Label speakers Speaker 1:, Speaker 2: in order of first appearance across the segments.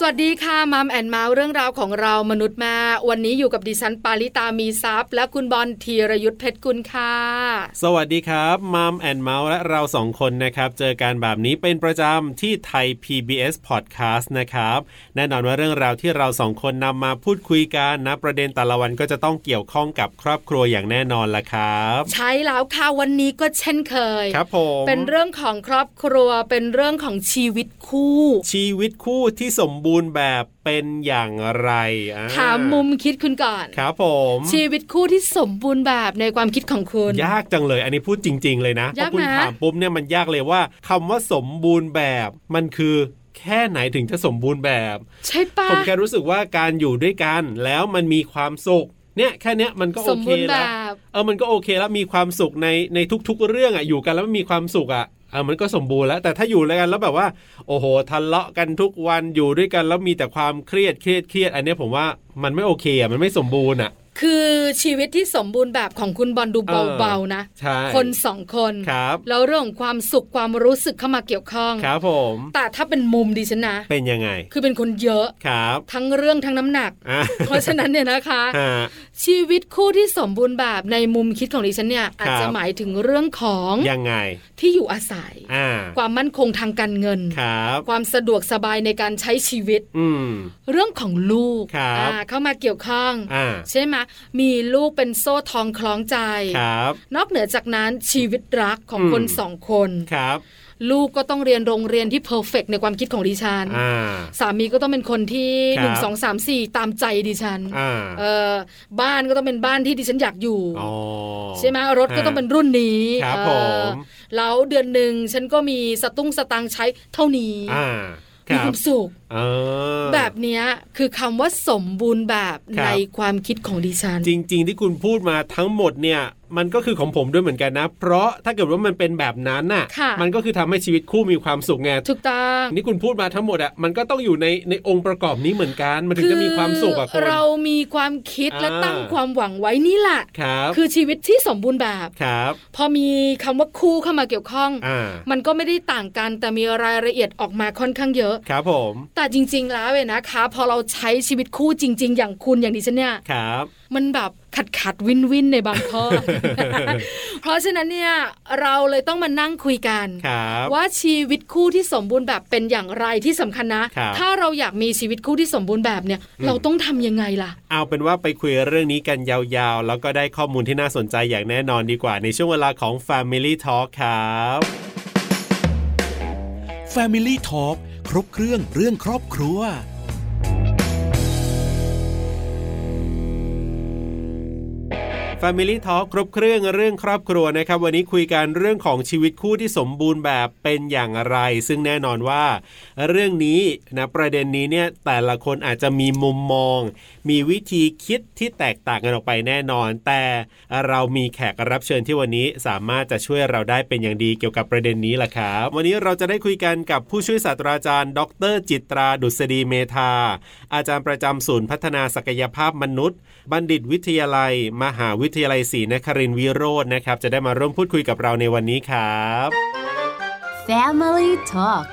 Speaker 1: สวัสดีค่ะมัมแอนเมาส์เรื่องราวของเรามนุษย์แม่วันนี้อยู่กับดิฉันปาริตามีซัพ์และคุณบอลธีรยุทธเพชรกุลค่ะ
Speaker 2: สวัสดีครับมัมแอนเมาส์และเราสองคนนะครับ เจอกันแบบนี้เป็นประจำที่ไทย PBS Podcast นะครับ แน่นอนว่าเรื่องราวที่เราสองคนนำมาพูดคุยกันนะ ประเด็นแต่ละวันก็จะต้องเกี่ยวข้องกับครอบครัวอย่างแน่นอนละครับ
Speaker 1: ใช้แล้วค่ะวันนี้ก็เช่นเคย
Speaker 2: ครับผม
Speaker 1: เป็นเรื่องของครอบครัวเป็นเรื่องของชีวิตคู่
Speaker 2: ชีวิตคู่ที่สมบูรณ์แบบเป็นอย่างไรอ่
Speaker 1: ถามมุมคิดคุณก่อน
Speaker 2: ครับผม
Speaker 1: ชีวิตคู่ที่สมบูรณ์แบบในความคิดของคุณ
Speaker 2: ยากจังเลย อันนี้พูดจริง ๆ เลยนะพ
Speaker 1: ยา
Speaker 2: อก คุณ
Speaker 1: นะ
Speaker 2: ถามปุ๊บเนี่ยมันยากเลยว่าคำว่าสมบูรณ์แบบมันคือ แค่ไหนถึงจะสมบูรณ์แบบ
Speaker 1: ใช่ปะ
Speaker 2: ผมแค่รู้สึกว่าการอยู่ด้วยกันแล้วมันมีความสุข เนี่ยแค่เนี้ยมันก็
Speaker 1: ส
Speaker 2: โอ
Speaker 1: ม
Speaker 2: เค
Speaker 1: บูรณ์แบ
Speaker 2: แล้ว
Speaker 1: บ
Speaker 2: เออมันก็โอเคแล้วมีความสุขในในทุก ๆ เรื่องอ่ะอยู่กันแล้วมันมีความสุขอ่ะเออมันก็สมบูรณ์แล้วแต่ถ้าอยู่ด้วยกันแล้วแบบว่า โอ้โหทะเลาะกันทุกวันอยู่ด้วยกันแล้วมีแต่ความเครียดเครียดเครียดอันเนี้ยผมว่ามันไม่โอเคอ่ะมันไม่สมบูรณ์อ่ะ
Speaker 1: คือชีวิตที่สมบูรณ์แบบของคุณบอลดู
Speaker 2: เออ
Speaker 1: เบาๆนะ
Speaker 2: ใช่
Speaker 1: คนสองคน
Speaker 2: ครับ
Speaker 1: แล้วเรื่องของความสุขความรู้สึกเข้ามาเกี่ยวข้อง
Speaker 2: ครับผม
Speaker 1: แต่ถ้าเป็นมุมดิฉันนะ
Speaker 2: เป็นยังไง
Speaker 1: คือเป็นคนเยอะ
Speaker 2: ครับ
Speaker 1: ทั้งเรื่องทั้งน้ำห นัก
Speaker 2: อ่ะ
Speaker 1: เพราะฉะนั้นเนี่ยนะคะ
Speaker 2: ฮะ
Speaker 1: ชีวิตคู่ที่สมบูรณ์แบบในมุมคิดของดิฉันเนี่ยอาจจะ
Speaker 2: ครับ
Speaker 1: หมายถึงเรื่องของ
Speaker 2: ยังไง
Speaker 1: ที่อยู่อาศัย
Speaker 2: อ่า
Speaker 1: ความมั่นคงทางการเงิน
Speaker 2: ครับ
Speaker 1: ความสะดวกสบายในการใช้ชีวิต
Speaker 2: อืม
Speaker 1: เรื่องของลูก
Speaker 2: ครับ
Speaker 1: อ่าเข้ามาเกี่ยวข้อง
Speaker 2: อ่า
Speaker 1: ใช่ไหมมีลูกเป็นโซ่ทองคล้องใจ
Speaker 2: ครับ
Speaker 1: นอกเหนือจากนั้นชีวิตรักของ
Speaker 2: อืม
Speaker 1: คนสองคน
Speaker 2: ครับ
Speaker 1: ลูกก็ต้องเรียนโรงเรียนที่เพอร์เฟกในความคิดของดิฉัน
Speaker 2: อ่า
Speaker 1: สามีก็ต้องเป็นคนที่
Speaker 2: ครับ
Speaker 1: หนึ่งสองสามสี่ตามใจดิฉัน
Speaker 2: อ่า
Speaker 1: เออบ้านก็ต้องเป็นบ้านที่ดิฉันอยากอยู่
Speaker 2: อ๋อ
Speaker 1: ใช่ไหมรถก็ต้องเป็นรุ่นนี้
Speaker 2: ครับ
Speaker 1: เออ
Speaker 2: ผม
Speaker 1: แล้วเดือนหนึ่งฉันก็มีสตุ้งสตังค์ใช้เท่านี้
Speaker 2: อ่าค
Speaker 1: มี
Speaker 2: รั
Speaker 1: ค
Speaker 2: บ
Speaker 1: วามสุข
Speaker 2: เออ
Speaker 1: แบบเนี้ยคือคำว่าสมบูรณ์แบบ
Speaker 2: ครับ
Speaker 1: ในความคิดของดิฉัน
Speaker 2: จริง ๆ ที่คุณพูดมาทั้งหมดเนี่ย มันก็คือของผมด้วยเหมือนกันนะ เพราะถ้าเกิดว่ามันเป็นแบบนั้นน่ะ
Speaker 1: ค่ะ
Speaker 2: มันก็คือทำให้ชีวิตคู่มีความสุขไง
Speaker 1: ถูกต้อง
Speaker 2: นี่คุณพูดมาทั้งหมดอ่ะมันก็ต้องอยู่ในในองค์ประกอบนี้เหมือนกัน มันถึงจะมีความสุขอ่ะคุ
Speaker 1: อ
Speaker 2: ณ
Speaker 1: เรามีความคิดและ
Speaker 2: อ่า
Speaker 1: ตั้งความหวังไว้นี่แหละ
Speaker 2: ครับ
Speaker 1: คือชีวิตที่สมบูรณ์แบบ
Speaker 2: ครับ
Speaker 1: พอมีคำว่าคู่เข้ามาเกี่ยวข้อง
Speaker 2: อ่า
Speaker 1: มันก็ไม่ได้ต่างกันแต่มีรายละเอียดออกมาค่อนข้างเยอะ
Speaker 2: ครับผม
Speaker 1: แต่จริง ๆ แล้วเนี่ยนะคะ พอเราใช้ชีวิตคู่จริง ๆ อย่างคุณอย่างดิฉันเนี่ย
Speaker 2: ครับ
Speaker 1: มันแบบขัดขัดวินวินในบางข้อ เพราะฉะนั้นเนี่ยเราเลยต้องมานั่งคุยกัน
Speaker 2: ครับ
Speaker 1: ว่าชีวิตคู่ที่สมบูรณ์แบบเป็นอย่างไรที่สำคัญนะ
Speaker 2: ครับ
Speaker 1: ถ้าเราอยากมีชีวิตคู่ที่สมบูรณ์แบบเนี่ย
Speaker 2: อืม
Speaker 1: เราต้องทำยังไงล่ะ
Speaker 2: เอาเป็นว่าไปคุยเรื่องนี้กันยาวๆ แล้วก็ได้ข้อมูลที่น่าสนใจอย่างแน่นอนดีกว่า ในช่วงเวลาของ Family Talk ครับ
Speaker 3: Family Talk ครบเครื่องเรื่องครอบครัว
Speaker 2: f a m i l y ่ทอครบเครื่องเรื่องครอบครัวนะครับ วันนี้คุยกันเรื่องของชีวิตคู่ที่สมบูรณ์แบบเป็นอย่างไร ซึ่งแน่นอนว่า เรื่องนี้นะประเด็นนี้เนี่ยแต่ละคนอาจจะมีมุมมอง มีวิธีคิดที่แตกต่างกันออกไปแน่นอน แต่เรามีแขกรับเชิญที่วันนี้สามารถจะช่วยเราได้เป็นอย่างดีเกี่ยวกับประเด็นนี้แหละครับ วันนี้เราจะได้คุยกันกับผู้ช่วยศาสตราจารย์ ดร จิตรา ดุษฎีเมธาอาจารย์ประจำศูนย์พัฒนาศักยภาพมนุษย์ บัณฑิตวิทยาลัย มหาวิทยาลัยศรีนครินทร์วิโรจน์นะครับ จะได้มาร่วมพูดคุยกับเราในวันนี้ครับ
Speaker 4: Family Talk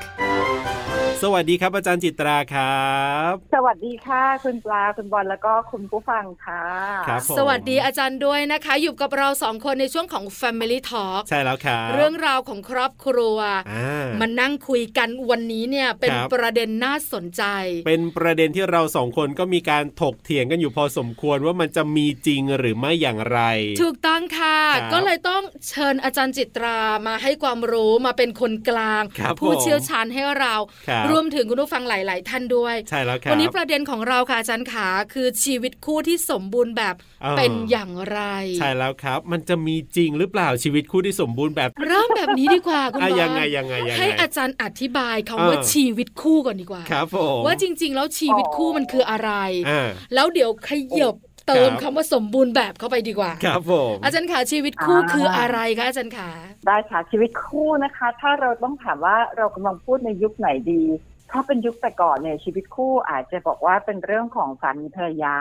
Speaker 2: สวัสดีครับอาจารย์จิตราครับ
Speaker 5: สวัสดีค่ะ คุณปลาคุณบอลแล้วก็คุณผู้ฟังค่ะ
Speaker 2: ครับผม
Speaker 1: สวัสดีอาจารย์ด้วยนะคะ อยู่กับเราสองคนในช่วงของ Family Talk
Speaker 2: ใช่แล้วครับ
Speaker 1: เรื่องราวของครอบครัว
Speaker 2: อ่า
Speaker 1: มันนั่งคุยกันวันนี้เนี่ยเป็น
Speaker 2: ครับ
Speaker 1: ประเด็นน่าสนใจ
Speaker 2: เป็นประเด็นที่เราสองคนก็มีการถกเถียงกันอยู่พอสมควรว่ามันจะมีจริงหรือไม่อย่างไร
Speaker 1: ถูกต้องค่ะ
Speaker 2: ครับ
Speaker 1: ก็เลยต้องเชิญอาจารย์จิตรามาให้ความรู้มาเป็นคนกลาง
Speaker 2: ครับ
Speaker 1: ผู้
Speaker 2: ผม
Speaker 1: เชี่ยวชาญให้เรา
Speaker 2: ครับ
Speaker 1: รวมถึงคุณผู้ฟังหลาย ๆ ท่านด้วย
Speaker 2: ใช่แล้วครับ
Speaker 1: วันนี้ประเด็นของเราค่ะอาจารย์ขาคือชีวิตคู่ที่สมบูรณ์แบบ
Speaker 2: อ่า
Speaker 1: เป็นอย่างไร
Speaker 2: ใช่แล้วครับ มันจะมีจริงหรือเปล่าชีวิตคู่ที่สมบูรณ์แบบ
Speaker 1: เริ่มแบบนี้ดีกว่าคุณ
Speaker 2: อ่ะ
Speaker 1: บอล
Speaker 2: ยังไงยังไงยังไง
Speaker 1: ให้อาจารย์อธิบายคำว่า
Speaker 2: เออ
Speaker 1: ชีวิตคู่ก่อนดีกว่า
Speaker 2: ครับผม
Speaker 1: ว่าจริง ๆ แล้วชีวิตคู่มันคืออะไร
Speaker 2: อ่า
Speaker 1: แล้วเดี๋ยวขยบเติม
Speaker 2: ครั
Speaker 1: คำ
Speaker 2: บ
Speaker 1: ว่าสมบูรณ์แบบเข้าไปดีกว่า
Speaker 2: ครับผม
Speaker 1: อาจารย์ขาชีวิตคู่คืออะไรคะอาจารย์ขา
Speaker 5: ได้ค่ะชีวิตคู่นะคะ ถ้าเราต้องถามว่าเรากำลังพูดในยุคไหนดี ถ้าเป็นยุคแต่ก่อนเนี่ยชีวิตคู่อาจจะบอกว่าเป็นเรื่องของสามีภรรยา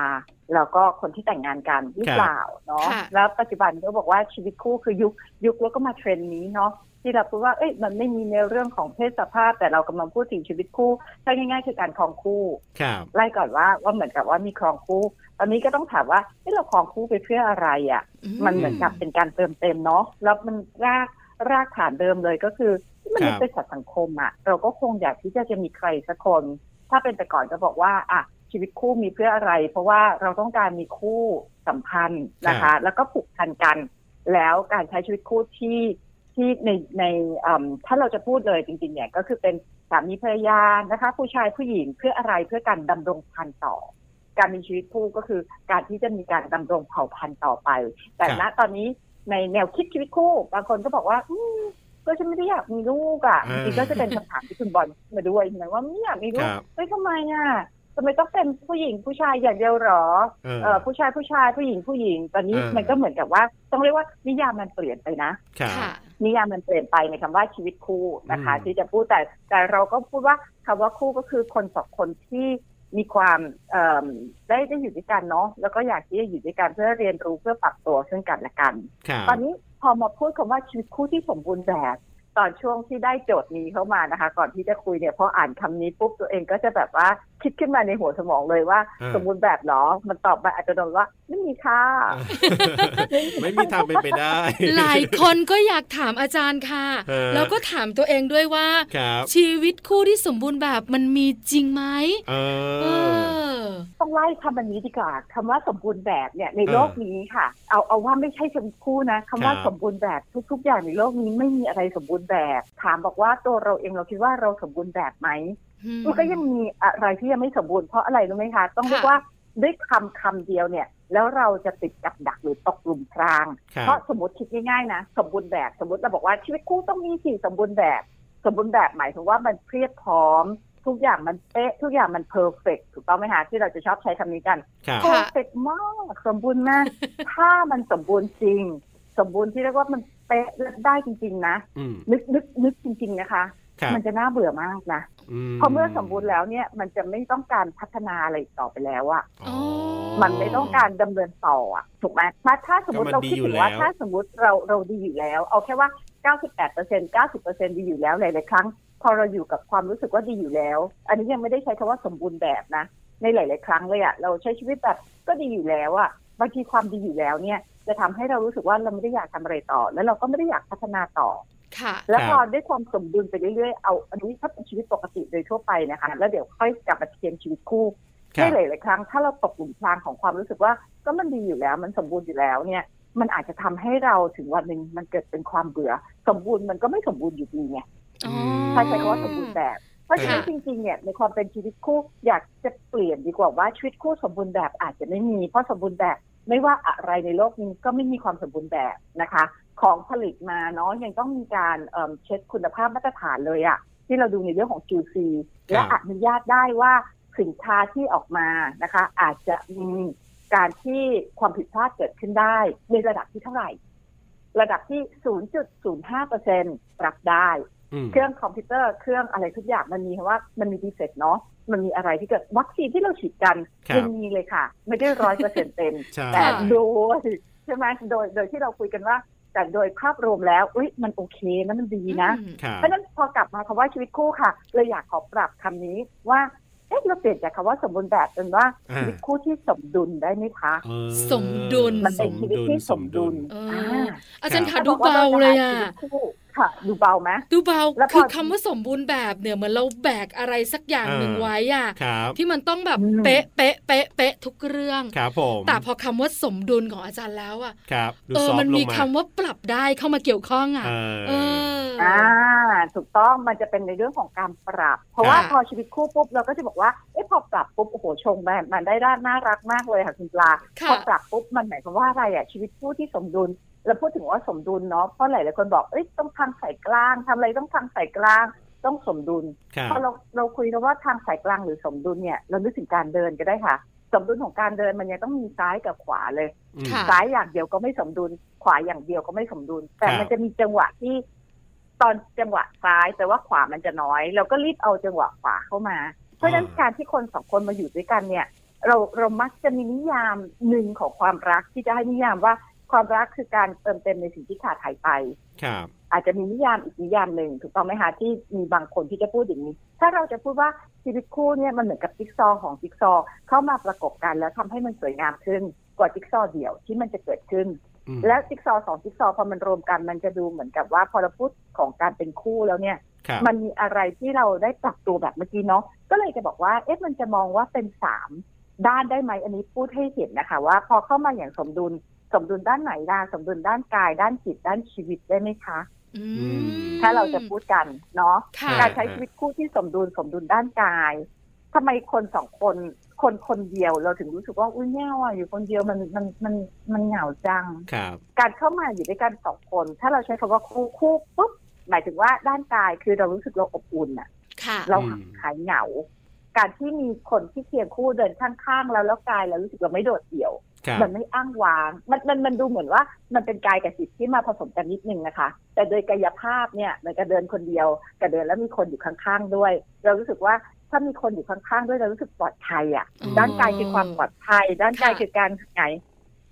Speaker 5: แล้วก็คนที่แต่งงานกันหรือเปล่าเนาะ
Speaker 1: ค่ะ
Speaker 5: แล้วปัจจุบันก็บอกว่าชีวิตคู่คือยุคยุคแล้วก็มาเทรนด์นี้เนาะที่เราพูดว่าเอ้ยมันไม่มีในเรื่องของเพศสภาพ แต่เรากำลังพูดถึงชีวิตคู่ถ้าง่ายๆคือการครองคู่
Speaker 2: ครับ
Speaker 5: ไล่ก่อนว่าว่าเหมือนกับว่ามีครองคู่ ตอนนี้ก็ต้องถามว่าเอ้ยเราครองคู่ไปเพื่ออะไรอะ่ะ
Speaker 1: อื
Speaker 5: มันเหมือนกับเป็นการเติมเต็มเนาะแล้วมันรากรากฐานเดิมเลยก็คือที่มัน
Speaker 2: ครับ
Speaker 5: ษย์เป็นสัตว์สังคมอะ่ะ เราก็คงอยากที่จะจะมีใครสักคน ถ้าเป็นแต่ก่อนก็บอกว่าอ่ะชีวิตคู่มีเพื่ออะไร เพราะว่าเราต้องการมีคู่สัมพันธ์นะคะ แล้วก็ผูกพันกัน แล้วการใช้ชีวิตคู่ที่ที่ในในอืมถ้าเราจะพูดเลยจริงๆเนี่ยก็คือเป็นสามีภรรยานะคะ ผู้ชายผู้หญิงเพื่ออะไรเพื่อการดำรงพันธุ์ต่อ การมีชีวิตคู่ก็คือการที่จะมีการดำรงเผ่าพันธุ์ต่อไป แต่
Speaker 2: ครับ
Speaker 5: ณตอนนี้ในแนวคิดชีวิตคู่ บางคนก็บอกว่า อืมก็ฉันไม่ได้อยากมีลูกอ่ะ
Speaker 2: อ่า
Speaker 5: จริงๆก็จะเป็นคำถามที่คุณบอลมาด้วยเหมือนว่าไม่อยากมี
Speaker 2: ค
Speaker 5: ลูก
Speaker 2: รับ
Speaker 5: เฮ้ยทำไมอ่ะทำไมต้องเป็นผู้หญิงผู้ชายอย่างเดียวหรอ
Speaker 2: เออ
Speaker 5: เออผู้ชายผู้ชายผู้หญิงผู้หญิง ตอนนี้
Speaker 2: อ่ามั
Speaker 5: มันก็เหมือนกับว่า ต้องเรียกว่านิยามมันเปลี่ยนไปนะ
Speaker 2: ครับ
Speaker 1: ค่ะ
Speaker 5: นิยามมันเปลี่ยนไปในคำว่าชีวิตคู่นะคะ
Speaker 2: อืม
Speaker 5: ที่จะพูดแต่แต่เราก็พูดว่าคำว่าคู่ก็คือคนสองคนที่มีความเอิ่มได้ได้อยู่ด้วยกันเนาะแล้วก็อยากที่จะอยู่ด้วยกันเพื่อเรียนรู้เพื่อปรับตัวซึ่งกันและกัน
Speaker 2: ครับ
Speaker 5: ตอนนี้พอมาพูดคำว่าชีวิตคู่ที่สมบูรณ์แบบ ตอนช่วงที่ได้โจทย์นี้เข้ามานะคะ ก่อนที่จะคุยเนี่ยพออ่านคำนี้ปุ๊บตัวเองก็จะแบบว่าคิดขึ้นมาในหัวสมองเลยว่า
Speaker 2: อ่า
Speaker 5: สมบูรณ์แบบเหรอ มันตอบมาอัตโนมัติว่าไม่มีค่ะ
Speaker 2: อ่ะไม่มี ทางเป็นไปได้
Speaker 1: หลายคนก็อยากถามอาจารย์ค่ะ
Speaker 2: เออ
Speaker 1: แล้วก็ถามตัวเองด้วยว่า
Speaker 2: ครับ
Speaker 1: ชีวิตคู่ที่สมบูรณ์แบบมันมีจริงไหม
Speaker 2: เอ
Speaker 1: เอ
Speaker 2: อ
Speaker 1: อ
Speaker 5: ต้องไล่คำอันนี้ดีกว่าคำว่าสมบูรณ์แบบเนี่ยใน
Speaker 2: เออ
Speaker 5: โลกนี้ค่ะ เอาเอาว่าไม่ใช่ชีวิตคู่นะคำว่า
Speaker 2: ครับ
Speaker 5: สมบูรณ์แบบทุก ๆ อย่างในโลกนี้ไม่มีอะไรสมบูรณ์แบบ ถามบอกว่าตัวเราเองเราคิดว่าเราสมบูรณ์แบบไหม มันก็ยังมีอะไรที่ยังไม่สมบูรณ์เพราะอะไรรู้ไหมคะ ต้อง
Speaker 1: ค่ะ
Speaker 5: เรียกว่าด้วยคำคำเดียวเนี่ย แล้วเราจะติดกับดักหรือตกหลุมพราง
Speaker 2: ครั
Speaker 5: เพราะ
Speaker 2: บ
Speaker 5: สมมติคิดง่ายๆนะสมบูรณ์แบบสมมติเราบอกว่าชีวิตคู่ต้องมีสี่สมบูรณ์แบบ สมบูรณ์แบบหมายถึงว่ามันเพียบพร้อม ทุกอย่างมันเป๊ะทุกอย่างมันเพอร์เฟกถูกต้องไหมคะที่เราจะชอบใช้คำนี้กัน
Speaker 2: ครับ
Speaker 5: เพอ
Speaker 1: ค่ะ
Speaker 5: ร์เฟกมากสมบูรณ์มาก ถ้ามันสมบูรณ์จริง สมบูรณ์ที่เรียกว่ามันเป๊ะและได้จริง ๆ นะ
Speaker 2: อืม
Speaker 5: นึกนึกนึกจริง ๆ นะคะ
Speaker 2: ครับ
Speaker 5: มันจะน่าเบื่อมากนะเพราะเมื่อสมบูรณ์แล้วเนี่ยมันจะไม่ต้องการพัฒนาอะไรอีกต่อไปแล้วอะ
Speaker 2: อ๋อ
Speaker 5: มันไม่ต้องการดำเนินต่ออะถูกไหมถ้าถ้าสมมติ
Speaker 2: ก็
Speaker 5: เรา
Speaker 2: มันดี
Speaker 5: คิด
Speaker 2: อยู่
Speaker 5: ถึง
Speaker 2: แล้ว
Speaker 5: ว่าถ้าสมมติเราเราดีอยู่แล้ว เอาแค่ว่า 98เปอร์เซ็นต์90เปอร์เซ็นต์ดีอยู่แล้วหลายๆครั้ง พอเราอยู่กับความรู้สึกว่าดีอยู่แล้ว อันนี้ยังไม่ได้ใช้คำว่าสมบูรณ์แบบนะ ในหลาย ๆ ครั้งเลยอะเราใช้ชีวิตแบบก็ดีอยู่แล้วอะบางทีความดีอยู่แล้วเนี่ย จะทำให้เรารู้สึกว่าเราไม่ได้อยากทำอะไรต่อ แล้วเราก็ไม่ได้อยากพัฒนาต่อ
Speaker 1: ค่ะ
Speaker 5: แล้วพอ
Speaker 2: ครับ
Speaker 5: ด้วยความสมดุลไปเรื่อยๆ เอาอันนี้ถ้าเป็นชีวิตปกติโดยทั่วไปนะคะ แล้วเดี๋ยวค่อยกลับมาเทียมชีวิตคู่
Speaker 2: ครั
Speaker 5: ได้
Speaker 2: บ
Speaker 5: หลายๆครั้ง ถ้าเราตกหลุมพรางของความรู้สึกว่า ก็มันดีอยู่แล้ว มันสมบูรณ์อยู่แล้วเนี่ย มันอาจจะทำให้เราถึงวันหนึ่งมันเกิดเป็นความเบื่อ สมบูรณ์มันก็ไม่สมบูรณ์อยู่ดีไง
Speaker 1: อ๋อ
Speaker 5: ถ้าใช้คำว่าสมบูรณ์แบบ เพราะฉะนั้น
Speaker 1: ค่ะ
Speaker 5: จริงๆ เนี่ยในความเป็นชีวิตคู่อยากจะเปลี่ยนดีกว่าว่าชีวิตคู่สมบูรณ์แบบอาจจะไม่มีเพราะสมบูรณ์แบบ ไม่ว่าอะไรในโลกนี้ก็ไม่มีความสมบูรณ์แบบนะคะ ของผลิตมาเนาะยังต้องมีการเอิ่มเช็คคุณภาพมาตรฐานเลยอะที่เราดูในเรื่องของ QC และอนุญาตได้ว่าสินค้าที่ออกมานะคะ อาจจะมีการที่ความผิดพลาดเกิดขึ้นได้ในระดับที่เท่าไหร่ ระดับที่ 0.05%รับได้
Speaker 2: อืม
Speaker 5: เครื่องคอมพิวเตอร์เครื่องอะไรทุกอย่างมันมีคำว่ามันมีดีเฟกต์เนาะมันมีอะไรที่เกิดวัคซีนที่เราฉีดกัน
Speaker 2: ครับ
Speaker 5: ยังมีเลยค่ะ ไม่ได้ร้อยเปอร์เซ็นต์เต็ม
Speaker 2: ใช่
Speaker 5: แต่โดยใช่ไหมโดยโดยที่เราคุยกันว่า แต่โดยภาพรวมแล้วอุ้ยมันโอเคนะมันดีนะ
Speaker 1: อืม
Speaker 2: ครับ
Speaker 5: เพราะฉะนั้นพอกลับมาคำว่าชีวิตคู่ค่ะเลยอยากขอปรับคำนี้ว่าเอ๊ะเราเปลี่ยนจากคำว่าสมบูรณ์แบบเป็นว่า
Speaker 2: อ่า
Speaker 5: ชีวิตคู่ที่สมดุลได้ไหมคะ
Speaker 2: เออ
Speaker 1: สมดุล
Speaker 5: มันเป็นชีวิตที่สมดุล
Speaker 1: เออ
Speaker 5: อ่า
Speaker 1: ออาจารย์
Speaker 5: แต่
Speaker 1: ค่ะดู
Speaker 5: อกว่
Speaker 1: เบาเลยอ่ะ
Speaker 5: ชีวิตคู่ค่ะ ดูเบาไหม
Speaker 1: ดูเบา
Speaker 5: แล้วพอ
Speaker 1: คือคำว่าสมบูรณ์แบบเนี่ยเหมือนเราแบกอะไรสักอย่างหนึ่งไว้อ่ะ
Speaker 2: ครับ
Speaker 1: ที่มันต้องแบบ
Speaker 5: อืม
Speaker 1: เป๊ะเป๊ะเป๊ะเป๊ะทุกเรื่อง
Speaker 2: ครับผม
Speaker 1: แต่พอคำว่าสมดุลของอาจารย์แล้วอ่ะ
Speaker 2: ครับดู
Speaker 1: เออ
Speaker 2: ซอฟ
Speaker 1: มั
Speaker 2: ต์
Speaker 1: น
Speaker 2: ล
Speaker 1: มี
Speaker 2: งมา
Speaker 1: คำว่าปรับได้เข้ามาเกี่ยวข้องอ่ะ
Speaker 2: เอ
Speaker 1: เออ
Speaker 2: อ
Speaker 1: อ
Speaker 5: อ่าถูกต้องมันจะเป็นในเรื่องของการปรับ เพราะว่า
Speaker 1: ค่ะ
Speaker 5: พอชีวิตคู่ปุ๊บเราก็จะบอกว่าเอ๊ะพอปรับปุ๊บโอ้โหชงแบบมันได้ด้านน่ารักมากเลยค่ะคุณปลา
Speaker 1: ค่ะ
Speaker 5: พอปรับปุ๊บมันหมายความว่าอะไรอ่ะชีวิตคู่ที่สมดุลเราพูดถึงว่าสมดุลเนาะเพราะหลายหลายๆคนบอกเอ้ยต้องทางสายกลางทำอะไรต้องทางสายกลาง ต้องสมดุล
Speaker 2: ครับ
Speaker 5: พอเราเราคุยกันว่าทางสายกลางหรือสมดุลเนี่ยเรานึกถึงการเดินก็ได้ค่ะ สมดุลของการเดินมันยังต้องมีซ้ายกับขวาเลย
Speaker 2: อืม
Speaker 1: ค่ะ
Speaker 5: ซ้ายอย่างเดียวก็ไม่สมดุล ขวาอย่างเดียวก็ไม่สมดุล แต่
Speaker 2: ครับ
Speaker 5: มันจะมีจังหวะที่ตอนจังหวะซ้ายแต่ว่าขวามันจะน้อย เราก็รีบเอาจังหวะขวาเข้ามา เพราะฉะนั้นการที่คนสองคนมาอยู่ด้วยกันเนี่ย เราเรามักจะมีนิยามหนึ่งของความรักที่จะให้นิยามว่าความรักคือการเติมเต็มในสิ่งที่ขาดหายไป
Speaker 2: ครับ
Speaker 5: อาจจะมีนิยามอีกนิยามหนึ่งถูกต้องไหมคะที่มีบางคนที่จะพูดอย่างนี้ ถ้าเราจะพูดว่าชีวิตคู่เนี่ยมันเหมือนกับจิ๊กซอว์ของจิ๊กซอว์เข้ามาประกบกันแล้วทำให้มันสวยงามขึ้นกว่าจิ๊กซอว์เดี่ยวที่มันจะเกิดขึ้น
Speaker 2: อืม
Speaker 5: และจิ๊กซอว์สองจิ๊กซอว์พอมันรวมกันมันจะดูเหมือนกับว่าพอเราพูดของการเป็นคู่แล้วเนี่ย
Speaker 2: ครับ
Speaker 5: มันมีอะไรที่เราได้ปรับตัวแบบเมื่อกี้เนาะก็เลยจะบอกว่าเอ๊ะมันจะมองว่าเป็นสามด้านได้ไหมอันนี้พูดให้เห็นนะคะ ว่าพอเข้ามาอย่างสมดุลสมดุลด้านไหนล่ะสมดุลด้านกาย ด้านจิตด้านชีวิตได้ไหมคะ
Speaker 1: อืม
Speaker 5: ถ้าเราจะพูดกันเนาะ
Speaker 1: ค่ะ
Speaker 5: การใช้ชีวิตคู่ที่สมดุลสมดุลด้านกายทำไมคนสองคนคนคนเดียวเราถึงรู้สึกว่าอุ้ยเหงาอ่ะอยู่คนเดียวมันมันมันมันเหงาจัง
Speaker 2: ครับ
Speaker 5: การเข้ามาอยู่ด้วยกันสองคน ถ้าเราใช้คำว่าคู่คู่ปุ๊บหมายถึงว่าด้านกายคือเรารู้สึกเราอบอุ่นอะ
Speaker 1: ค่ะ
Speaker 5: เราหายเหงา การที่มีคนที่เคียงคู่เดินข้างๆ แล้วแล้วกายเรารู้สึกเราไม่โดดเดี่ยว
Speaker 2: ครับ
Speaker 5: มันไม่อ้างว้าง มันมันมันดูเหมือนว่า มันเป็นกายกับจิตที่มาผสมกันนิดนึงนะคะ แต่โดยกายภาพเนี่ยมันก็เดินคนเดียวกับเดินแล้วมีคนอยู่ข้างๆด้วย เรารู้สึกว่าถ้ามีคนอยู่ข้างๆด้วยเรารู้สึกปลอดภัยอะ่ะ
Speaker 1: อืม
Speaker 5: ด้านกายคือความปลอดภัย ด้านกาย
Speaker 1: ค่ะ
Speaker 5: คือการหาย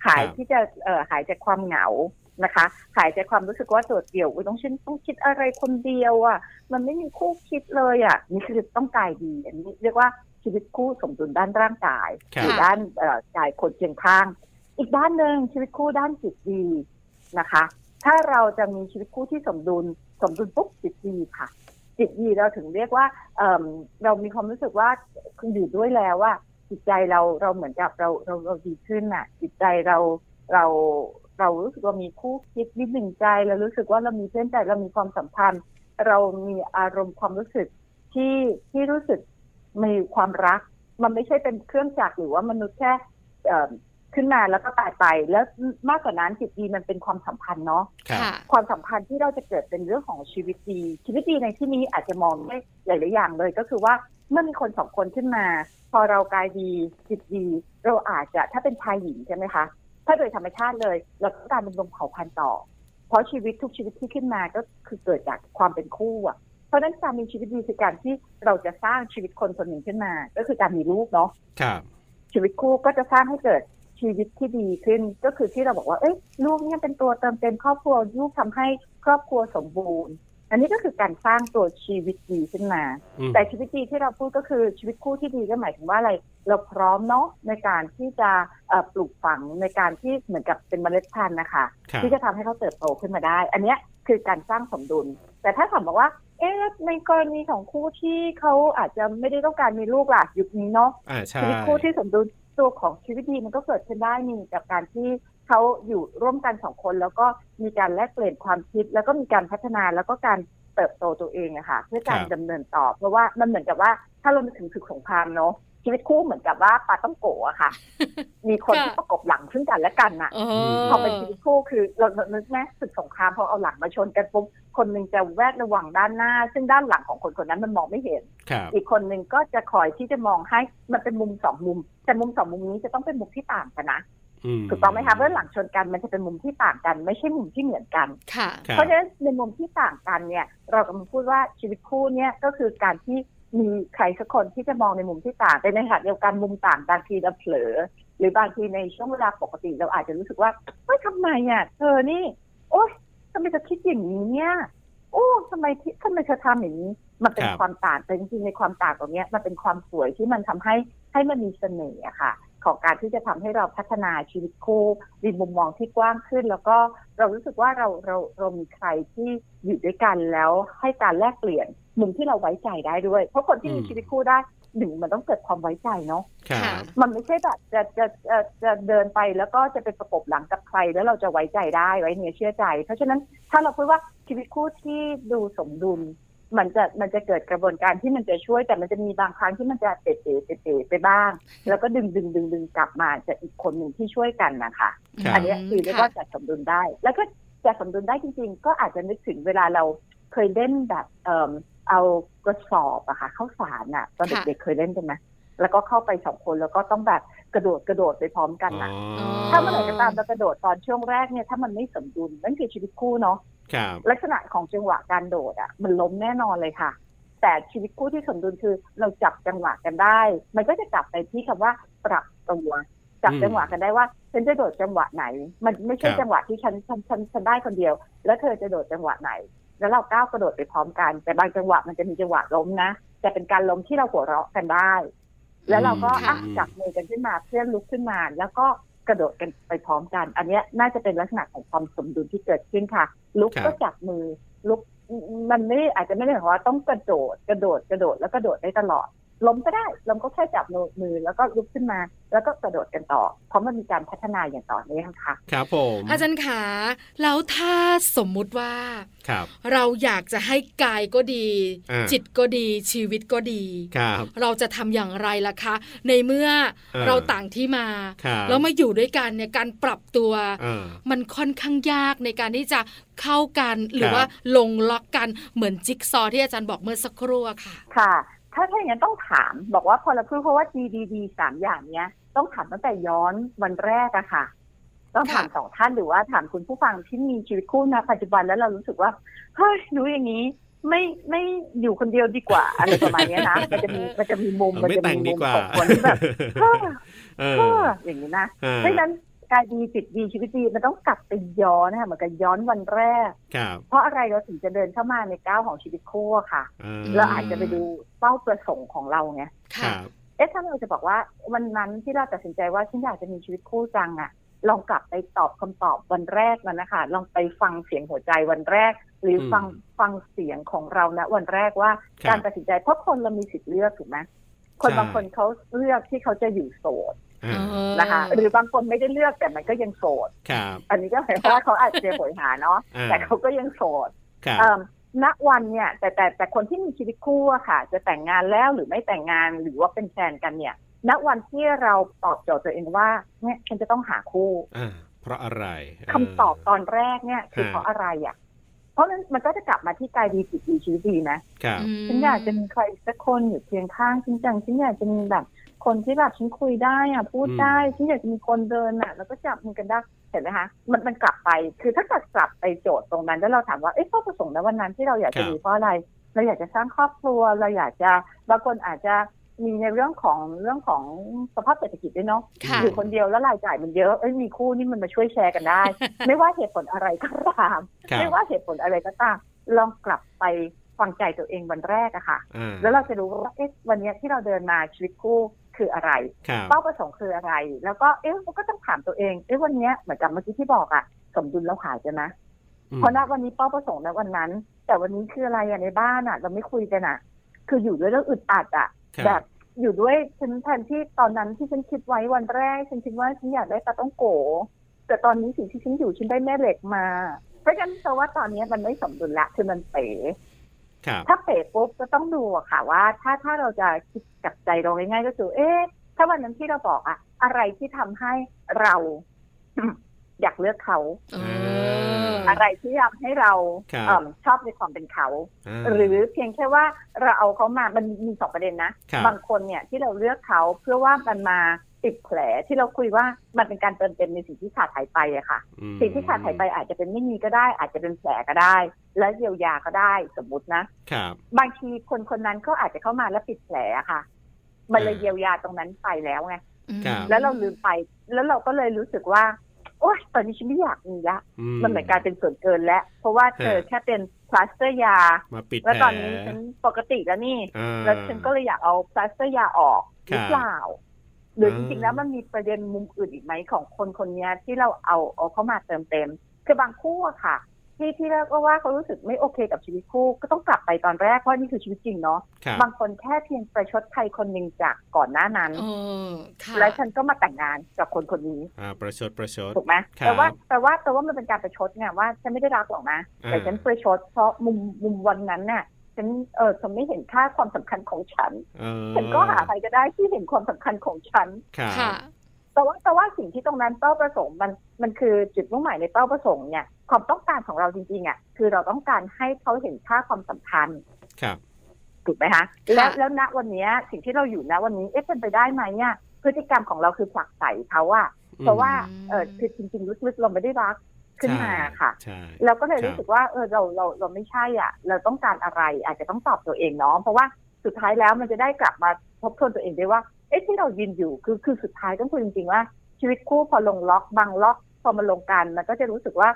Speaker 5: หายที่จะเอ่อหายจากความเหงานะคะหายจากความรู้สึกว่าโดดเดี่ยวอุ๊ยต้องฉันต้องคิดอะไรคนเดียวอ่ะ มันไม่มีคู่คิดเลยอ่ะนี่คือต้องกายดีอันนี้เรียกว่าชีวิตคู่สมดุลด้านร่างกาย
Speaker 2: ครั
Speaker 5: ห
Speaker 2: บ
Speaker 5: รือด้านเอ่อกายคนเคียงข้าง อีกด้านหนึ่งชีวิตคู่ด้านจิตดีนะคะ ถ้าเราจะมีชีวิตคู่ที่สมดุล สมดุลปุ๊บจิตดีค่ะ จิตดีเราถึงเรียกว่าเอิ่มเรามีความรู้สึกว่าคุณอยู่ด้วยแล้วว่า จิตใจเราเราเหมือนกับเราเราเราดีขึ้นน่ะ จิตใจเราเราเรารู้สึกว่ามีคู่คิดนิดหนึ่งใจเรารู้สึกว่าเรามีเพื่อนใจเรามีความสัมพันธ์ เรามีอารมณ์ความรู้สึกที่ที่รู้สึกมีความรัก มันไม่ใช่เป็นเครื่องจักรหรือว่ามนุษย์แค่เอิ่มขึ้นมาแล้วก็ตายไป แล้วมากกว่านั้นจิตดีมันเป็นความสัมพันธ์เนาะ
Speaker 2: ครับ
Speaker 1: ค่ะ
Speaker 5: ความสัมพันธ์ที่เราจะเกิดเป็นเรื่องของชีวิตดี ชีวิตดีในที่นี้อาจจะมองได้หลาย ๆ อย่างเลย ก็คือว่าเมื่อมีคนสองคนขึ้นมา พอเรากายดีจิตดี เราอาจจะถ้าเป็นชายหญิงใช่ไหมคะ ถ้าโดยธรรมชาติเลย เราต้องการดำรงเผ่าพันธุ์ต่อ เพราะชีวิตทุกชีวิตที่ขึ้นมาก็คือเกิดจากความเป็นคู่อะเพราะฉะนั้นการมีชีวิตดีคือการที่เราจะสร้างชีวิตคนคนหนึ่งขึ้นมา ก็คือการมีลูกเนาะ
Speaker 2: ครับ
Speaker 5: ชีวิตคู่ก็จะสร้างให้เกิดชีวิตที่ดีขึ้น ก็คือที่เราบอกว่า เอ้ยลูกเนี่ยเป็นตัวเติมเต็มครอบครัวลูกทำให้ครอบครัวสมบูรณ์ อันนี้ก็คือการสร้างตัวชีวิตดีขึ้นมา
Speaker 2: อืม
Speaker 5: แต่ชีวิตดีที่เราพูดก็คือชีวิตคู่ที่ดีก็หมายถึงว่าอะไร เราพร้อมเนาะในการที่จะเอ่อปลูกฝังในการที่เหมือนกับเป็นเมล็ดพันธุ์นะคะ
Speaker 2: ครับ
Speaker 5: ที่จะทำให้เขาเติบโตขึ้นมาได้ อันเนี้ยคือการสร้างสมดุล แต่ถ้าถามบอกว่า เอ๊ะแล้วในกรณีของคู่ที่เขาอาจจะไม่ได้ต้องการมีลูกล่ะยุคนี้เนาะ
Speaker 2: อ่าใช่
Speaker 5: ชีวิตคู่ที่สมดุลตัวของชีวิตดีมันก็เกิดขึ้นได้นี่จากการที่เขาอยู่ร่วมกันสองคน แล้วก็มีการแลกเปลี่ยนความคิด แล้วก็มีการพัฒนาแล้วก็การเติบโตตัวเองอะค่ะเพื่อการ
Speaker 2: ครับ
Speaker 5: ดำเนินต่อ เพราะว่ามันเหมือนกับว่าถ้าเรานึกถึงศึกสงครามเนาะชีวิตคู่เหมือนกับว่าปลาต้องโกะอะค่ะ มีคนที่
Speaker 1: ค่ะ
Speaker 5: ประกบหลังซึ่งกันและกันอะ
Speaker 1: เออ
Speaker 5: พอเป็นชีวิตคู่คือเรานึกไหมศึกสงครามพอเอาหลังมาชนกันปุ๊บคนหนึ่งจะแวดระวังด้านหน้า ซึ่งด้านหลังของคนคนนั้นมันมองไม่เห็น
Speaker 2: ครับ
Speaker 5: อีกคนหนึ่งก็จะคอยที่จะมองให้มันเป็นมุมสองมุม แต่มุมสองมุมนี้จะต้องเป็นมุมที่ต่างกันนะถูกต้องไหมคะเพราะหลังชนกันมันจะเป็นมุมที่ต่างกัน ไม่ใช่มุมที่เหมือนกัน
Speaker 1: ค่ะ
Speaker 2: ครับ
Speaker 5: เพราะฉะนั้นในมุมที่ต่างกันเนี่ย เรากำลังพูดว่าชีวิตคู่เนี่ยก็คือการที่มีใครสักคนที่จะมองในมุมที่ต่างแต่ในขณะเดียวกันมุมต่างบางทีเราเผลอ หรือบางทีในช่วงเวลาปกติเราอาจจะรู้สึกว่าเฮ้ยทำไมอ่ะเธอนี่ โอ๊ยทำไมเธอคิดอย่างนี้เนี่ยโอ้ทำไมที่ทำไมเธอทำอย่างนี้ มันเป็น
Speaker 2: ครับ
Speaker 5: ความต่างแต่จริงๆในความต่างตรงเนี้ยมันเป็นความสวยที่มันทำให้ให้มันมีเสน่ห์อะค่ะ ของการที่จะทำให้เราพัฒนาชีวิตคู่มีมุมมองที่กว้างขึ้น แล้วก็เรารู้สึกว่าเราเราเรามีใครที่อยู่ด้วยกันแล้วให้การแลกเปลี่ยนมุมที่เราไว้ใจได้ด้วย เพราะคนที่มีชีวิตคู่ได้หนึ่งมันต้องเกิดความไว้ใจเนาะ
Speaker 2: ครับ
Speaker 5: มันไม่ใช่แบบจะจะจะจะเดินไปแล้วก็จะไปประกบหลังกับใคร แล้วเราจะไว้ใจได้ไว้เนื้อเชื่อใจ เพราะฉะนั้นถ้าเราพูดว่าชีวิตคู่ที่ดูสมดุล มันจะมันจะเกิดกระบวนการที่มันจะช่วยแต่มันจะมีบางครั้งที่มันจะเตะเตะเตะเตะไปบ้าง แล้วก็ดึงดึงดึงดึงกลับมาจากอีกคนหนึ่งที่ช่วยกันนะคะ
Speaker 2: ครับ
Speaker 5: อันเนี้ยคือเรียกว่าจัดสมดุลได้ แล้วก็จัดสมดุลได้จริง ๆ ก็อาจจะนึกถึงเวลาเราเคยเล่นแบบเอ่มเอากระสอบอะค่ะข้าวสารอะตอน
Speaker 1: ค่ะ
Speaker 5: เด็กๆเคยเล่นกันไหมแล้วก็เข้าไปสองคนแล้วก็ต้องแบบกระโดดกระโดดไปพร้อมกันนะ
Speaker 2: อ๋อ
Speaker 5: ถ้าเมื่อไหร่ก็ตามเรากระโดดตอนช่วงแรกเนี่ยถ้ามันไม่สมดุลนั่นคือชีวิตคู่เนาะ
Speaker 2: ครับ
Speaker 5: ลักษณะของจังหวะการโดดอะมันล้มแน่นอนเลยค่ะ แต่ชีวิตคู่ที่สมดุลคือเราจับจังหวะกันได้ มันก็จะกลับไปที่คำว่าปรับตัวจับ
Speaker 2: อืม
Speaker 5: จังหวะกันได้ว่าฉันจะโดดจังหวะไหน มันไม่ใช่
Speaker 2: ครับ
Speaker 5: จังหวะที่ฉันฉันฉันฉันได้คนเดียว แล้วเธอจะโดดจังหวะไหน แล้วเราก้าวกระโดดไปพร้อมกัน แต่บางจังหวะมันจะมีจังหวะล้มนะแต่เป็นการล้มที่เราหัวเราะกันได้ แล้วเราก็
Speaker 1: อืมค่ะ
Speaker 5: อ่ะจับมือกันขึ้นมาเพื่อนลุกขึ้นมา แล้วก็กระโดดกันไปพร้อมกัน อันเนี้ยน่าจะเป็นลักษณะของความสมดุลที่เกิดขึ้นค่ะ ลุก
Speaker 2: ครับ
Speaker 5: ก็จับมือ ลุกมันไม่ได้อาจจะไม่ได้หมายความว่าต้องกระโดดกระโดดกระโดดแล้วกระโดดได้ตลอดล้มก็ได้ล้มก็แค่จับมือแล้วก็ลุกขึ้นมา แล้วก็กระโดดกันต่อ เพราะมันมีการพัฒนาอย่างต่อเนื่องค่ะ
Speaker 2: ครับผม
Speaker 1: อาจารย์ขาแล้วถ้าสมมุติว่า
Speaker 2: ครับ
Speaker 1: เราอยากจะให้กายก็ดี
Speaker 2: อ่า
Speaker 1: จิตก็ดีชีวิตก็ดี
Speaker 2: ครับ
Speaker 1: เราจะทำอย่างไรล่ะคะ ในเมื่อ
Speaker 2: เออ
Speaker 1: เราต่างที่มา
Speaker 2: ครับ
Speaker 1: แล้วมาอยู่ด้วยกันเนี่ยการปรับตัว
Speaker 2: อ่า
Speaker 1: มันค่อนข้างยากในการที่จะเข้ากันหรือ
Speaker 2: ครับ
Speaker 1: ว่าลงล็อกกันเหมือนจิ๊กซอว์ที่อาจารย์บอกเมื่อสักครู่อะค่ะ
Speaker 5: ค่ะ ถ้าถ้าอย่างนั้นต้องถามบอกว่าพอเราพูดเพราะว่า GDD สามอย่างเนี้ย ต้องถามตั้งแต่ย้อนวันแรกอะค่ะ ต้องถาม
Speaker 1: ค่ะ
Speaker 5: สองท่านหรือว่าถามคุณผู้ฟังที่มีชีวิตคู่นะปัจจุบันแล้วเรารู้สึกว่าเฮ้ยรู้อย่างนี้ ไม่ไม่อยู่คนเดียวดีกว่า อะไรประมาณ เนี้ยนะมันจะมีมันจะมีมุม
Speaker 2: เอา
Speaker 5: มัน
Speaker 2: ไม่
Speaker 5: จะ
Speaker 2: แต่ง
Speaker 5: มีมุ
Speaker 2: ดี
Speaker 5: ม
Speaker 2: กว่า
Speaker 5: ของคนที่แบบ เฮ้อ
Speaker 2: เออ
Speaker 5: เฮ้ออย่างนี้นะ
Speaker 2: อ่า
Speaker 5: เพราะฉะนั้นกายดีจิตดีชีวิตดีมันต้องกลับไปย้อนนะคะเหมือนกับย้อนวันแรก
Speaker 2: ครับ
Speaker 5: เพราะอะไรเราถึงจะเดินเข้ามาในก้าวของชีวิตคู่อะค่ะ
Speaker 2: อ่
Speaker 5: เราอาจจะไปดูเป้าประสงค์ของเราไง
Speaker 2: ค
Speaker 1: ค่ะ
Speaker 2: รับ
Speaker 5: เอ๊ะถ้าเราจะบอกว่าวันนั้นที่เราตัดสินใจว่าฉันอยากจะมีชีวิตคู่จังอะลองกลับไปตอบคำตอบวันแรกมันนะคะ ลองไปฟังเสียงหัวใจวันแรก หรืออ
Speaker 2: ม
Speaker 5: ฟังฟังเสียงของเรานะวันแรกว่า
Speaker 2: ครับ
Speaker 5: การตัดสินใจเพราะคนเรามีสิทธิ์เลือกถูกไหมคน
Speaker 2: ใช่
Speaker 5: บางคนเขาเลือกที่เขาจะอยู่โสด
Speaker 2: อ่า
Speaker 5: นะคะ หรือบางคนไม่ได้เลือกแต่มันก็ยังโสด
Speaker 2: ครับ
Speaker 5: อันนี้ก็หมายความว่าเขาอาจจะโหยหาเนาะ
Speaker 2: อ่า
Speaker 5: แต่เขาก็ยังโสด
Speaker 2: ครับ
Speaker 5: เอิ่มณวันเนี่ยแต่แต่แต่คนที่มีชีวิตคู่อะค่ะ จะแต่งงานแล้วหรือไม่แต่งงานหรือว่าเป็นแฟนกันเนี่ย ณวันที่เราตอบโจทย์ตัวเองว่าเนี่ยฉันจะต้องหาคู่
Speaker 2: อ่าเพราะอะไร
Speaker 5: คำตอบ
Speaker 2: เ
Speaker 5: ตอนแรกเนี่ยคือเพราะอะไรอะเพราะนั้นมันก็จะกลับมาที่กายดีจิตดีชีวิตดีนะครับ ฉันอยากจะมีใครสักคนอยู่เคียงข้างฉันจังฉันอยากจะมีแบบคนที่แบบฉันคุยได้อะพูด
Speaker 2: อืม
Speaker 5: ได้ฉันอยากจะมีคนเดินอะแล้วก็จับมือกันได้เห็นไหมคะมันมันกลับไปคือถ้าเกิดกลับไปโจทย์ตรงนั้น แล้วเราถามว่าเอ๊ะเป้าประสงค์ในวันนั้นที่เราอยากจะมีเพราะอะไร เราอยากจะสร้างครอบครัวเราอยากจะบางคนอาจจะมีในเรื่องของเรื่องของสภาพเศรษฐกิจด้วยเนาะ
Speaker 1: ค่ะ
Speaker 5: อยู่คนเดียวแล้วรายจ่ายมันเยอะเอ้ยมีคู่นี่มันมาช่วยแชร์กันได้ ไม่ว่าเหตุผลอะไรก็ตาม
Speaker 2: ครับ
Speaker 5: ไม่ว่าเหตุผลอะไรก็ตามลองกลับไปฟังใจตัวเองวันแรกอะค่ะ
Speaker 2: อ่า
Speaker 5: แล้วเราจะรู้ว่าเอ๊ะวันเนี้ยที่เราเดินมาชีวิตคู่คืออะไร
Speaker 2: ครับ
Speaker 5: เป้าประสงค์คืออะไร แล้วก็เอ๊ะมันก็ต้องถามตัวเองเอ๊ะวันเนี้ยเหมือนกับเมื่อกี้ที่บอกอะสมดุลเราหายไปนะ เพราะณวันนี้เป้าประสงค์ณวันนั้น แต่วันนี้คืออะไรอะในบ้านอะเราไม่คุยกันอะคืออยู่ด้วยแล้วอึดอัดอะ
Speaker 2: ค
Speaker 5: แบ
Speaker 2: รั
Speaker 5: บอยู่ด้วยฉันแทนที่ตอนนั้นที่ฉันคิดไว้วันแรก ฉันคิดว่าฉันอยากได้ปลาต้องโก แต่ตอนนี้สิ่งที่ฉันอยู่ฉันได้แม่เหล็กมาเพราะฉะนั้นแปลว่าตอนนี้มันไม่สมดุลละคือมันเป๋
Speaker 2: ครับ
Speaker 5: ถ้าเป๋ปุ๊บก็ต้องดูอะค่ะว่า ถ้าถ้าเราจะคิดกับใจเราง่ายๆก็คือเอ๊ะถ้าวันนั้นที่เราบอกอะอะไรที่ทำให้เรา อยากเลือกเขา
Speaker 1: เอออ
Speaker 5: อะไรที่ทำให้เรา
Speaker 2: ครับ
Speaker 5: เอิ่มชอบในความเป็นเขา
Speaker 2: อ่า
Speaker 5: หรือเพียงแค่ว่าเราเอาเขามามันมีสองประเด็นนะครับ งคนเนี่ยที่เราเลือกเขาเพื่อว่ามันมาติดแผลที่เราคุยว่ามันเป็นการเติมเต็มในสิ่งที่ขาดหายไปอะค่ะ
Speaker 2: ม
Speaker 5: สิ่งที่ขาดหายไปอาจจะเป็นไม่มีก็ได้ อาจจะเป็นแผลก็ได้ และเยียวยาก็ได้สมมตินะ
Speaker 2: ครับ
Speaker 5: บางทีคนคนนั้นก็อาจจะเข้ามาแล้วปิดแผลอะค่ะ มันเลย
Speaker 2: อ่า
Speaker 5: เยียวยาตรงนั้นไปแล้วไง
Speaker 2: ครับ
Speaker 5: แล้วเราลืมไป แล้วเราก็เลยรู้สึกว่า โอ๊ยตอนนี้ฉันไม่อยากมีละ
Speaker 2: อื
Speaker 5: มันเหมือนกลารเป็นส่วนเกินแล้ว เพราะว่าเธอ
Speaker 2: ฮะ
Speaker 5: แค่เป็นพลาสเตอร์ยา
Speaker 2: มาปิด
Speaker 5: แล้ว
Speaker 2: แผล
Speaker 5: ตอนนี้ฉันปกติแล้วนี่
Speaker 2: อ่า
Speaker 5: แล้วฉันก็เลยอยากเอาพลาสเตอร์ยาออกหรือเปล่า หรือจริงๆแล้วมันมีประเด็นมุมอื่นอีกไหมของคนคนเนี้ยที่เราเอาเอาเข้ามาเติมเต็ม คือบางคู่อะค่ะ ที่ที่เรียกว่าเขารู้สึกไม่โอเคกับชีวิตคู่ก็ต้องกลับไปตอนแรกเพราะนี่คือชีวิตจริงเนาะ
Speaker 2: ครับ
Speaker 5: บางคนแค่เพียงประชดใครคนหนึ่งจากก่อนหน้านั้น
Speaker 1: เออค่ะ
Speaker 5: แล้วฉันก็มาแต่งงานกับคนคนนี้
Speaker 2: อ่าประชดประชด
Speaker 5: ถูกไหม
Speaker 2: ครับ
Speaker 5: แต่ว่าแต่ว่าแต่ว่ามันเป็นการประชดไงว่าฉันไม่ได้รักหรอกนะแต่
Speaker 2: อ่า
Speaker 5: ฉันประชดเพราะมุมมุมวันนั้นน่ะฉันเออฉันไม่เห็นค่าความสำคัญของฉัน
Speaker 2: เออ
Speaker 5: ฉันก็หาใครก็ได้ที่เห็นความสำคัญของฉัน
Speaker 2: ครับ
Speaker 1: ค่ะ
Speaker 5: แต่ว่าแต่ว่าสิ่งที่ตรงนั้นเป้าประสงค์มันมันคือจุดมุ่งหมายในเป้าประสงค์เนี่ยความต้องการของเราจริงๆอ่ะคือเราต้องการให้เขาเห็นค่าความสำคัญ
Speaker 2: ครับ
Speaker 5: ถูกไหมคะแล้วแล้วณวันเนี้ยสิ่งที่เราอยู่ณวันนี้เอ๊ะเป็นไปได้ไหมเนี่ยพฤติกรรมของเราคือผลักใส่เขาอะ
Speaker 2: อืม
Speaker 5: เพราะว่าเออคือจริงๆลึกๆเราไม่ได้รัก ขึ้นมา
Speaker 2: ใช่
Speaker 5: ค่ะ
Speaker 2: ใช่
Speaker 5: เราก็เลย
Speaker 2: ครับ
Speaker 5: รู้สึกว่าเออเราเราเราไม่ใช่อ่ะ เราต้องการอะไรอาจจะต้องตอบตัวเองเนาะเพราะว่าสุดท้ายแล้วมันจะได้กลับมาทบทวนตัวเองได้ว่าเอ๊ะที่เรายืนอยู่คือคือสุดท้ายต้องคุยจริงๆว่าชีวิตคู่พอลงล็อกบางล็อก พอมาลงกันมันก็จะรู้สึกว่า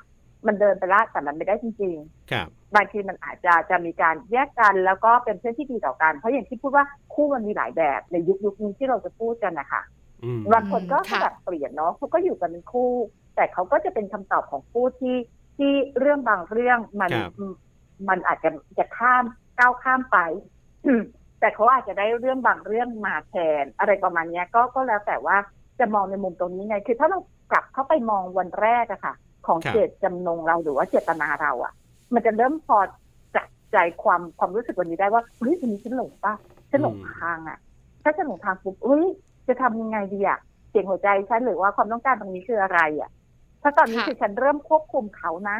Speaker 5: มันเดินไปละแต่มันไม่ได้จริง ๆ
Speaker 2: ครับ
Speaker 5: บางทีมันอาจจะจะมีการแยกกันแล้วก็เป็นเพื่อนที่ดีต่อกัน เพราะอย่างที่พูดว่าคู่มันมีหลายแบบในยุคยุคนี้ที่เราจะพูดกันนะคะ
Speaker 2: อืม
Speaker 5: บางคนก็
Speaker 1: ค่ะ
Speaker 5: แบบเปลี่ยนเนาะเขาก็อยู่กันเป็นคู่ แต่เขาก็จะเป็นคำตอบของคู่ที่ที่เรื่องบางเรื่องมัน
Speaker 2: ครับ
Speaker 5: มันอาจจะจะข้ามก้าวข้ามไป อืมแต่เขาอาจจะได้เรื่องบางเรื่องมาแทน อะไรประมาณเนี้ยก็ก็แล้วแต่ว่าจะมองในมุมตรงนี้ไง คือถ้าเรากลับเข้าไปมองวันแรกอะค่ะ ของ
Speaker 2: ครับ
Speaker 5: เจตจำนงเราหรือว่าเจตนาเราอะ มันจะเริ่มพอจับใจความความรู้สึกวันนี้ได้ว่าเฮ้ยวันนี้ฉันหลงป่ะฉันหลงทางอ่ะ ถ้าฉันหลงทางปุ๊บเฮ้ยจะทำยังไงดีอ่ะเสียงหัวใจฉันหรือว่าความต้องการตรงนี้คืออะไรอ่ะ ถ้าตอนนี้
Speaker 1: ค่ะ
Speaker 5: คือฉันเริ่มควบคุมเขานะ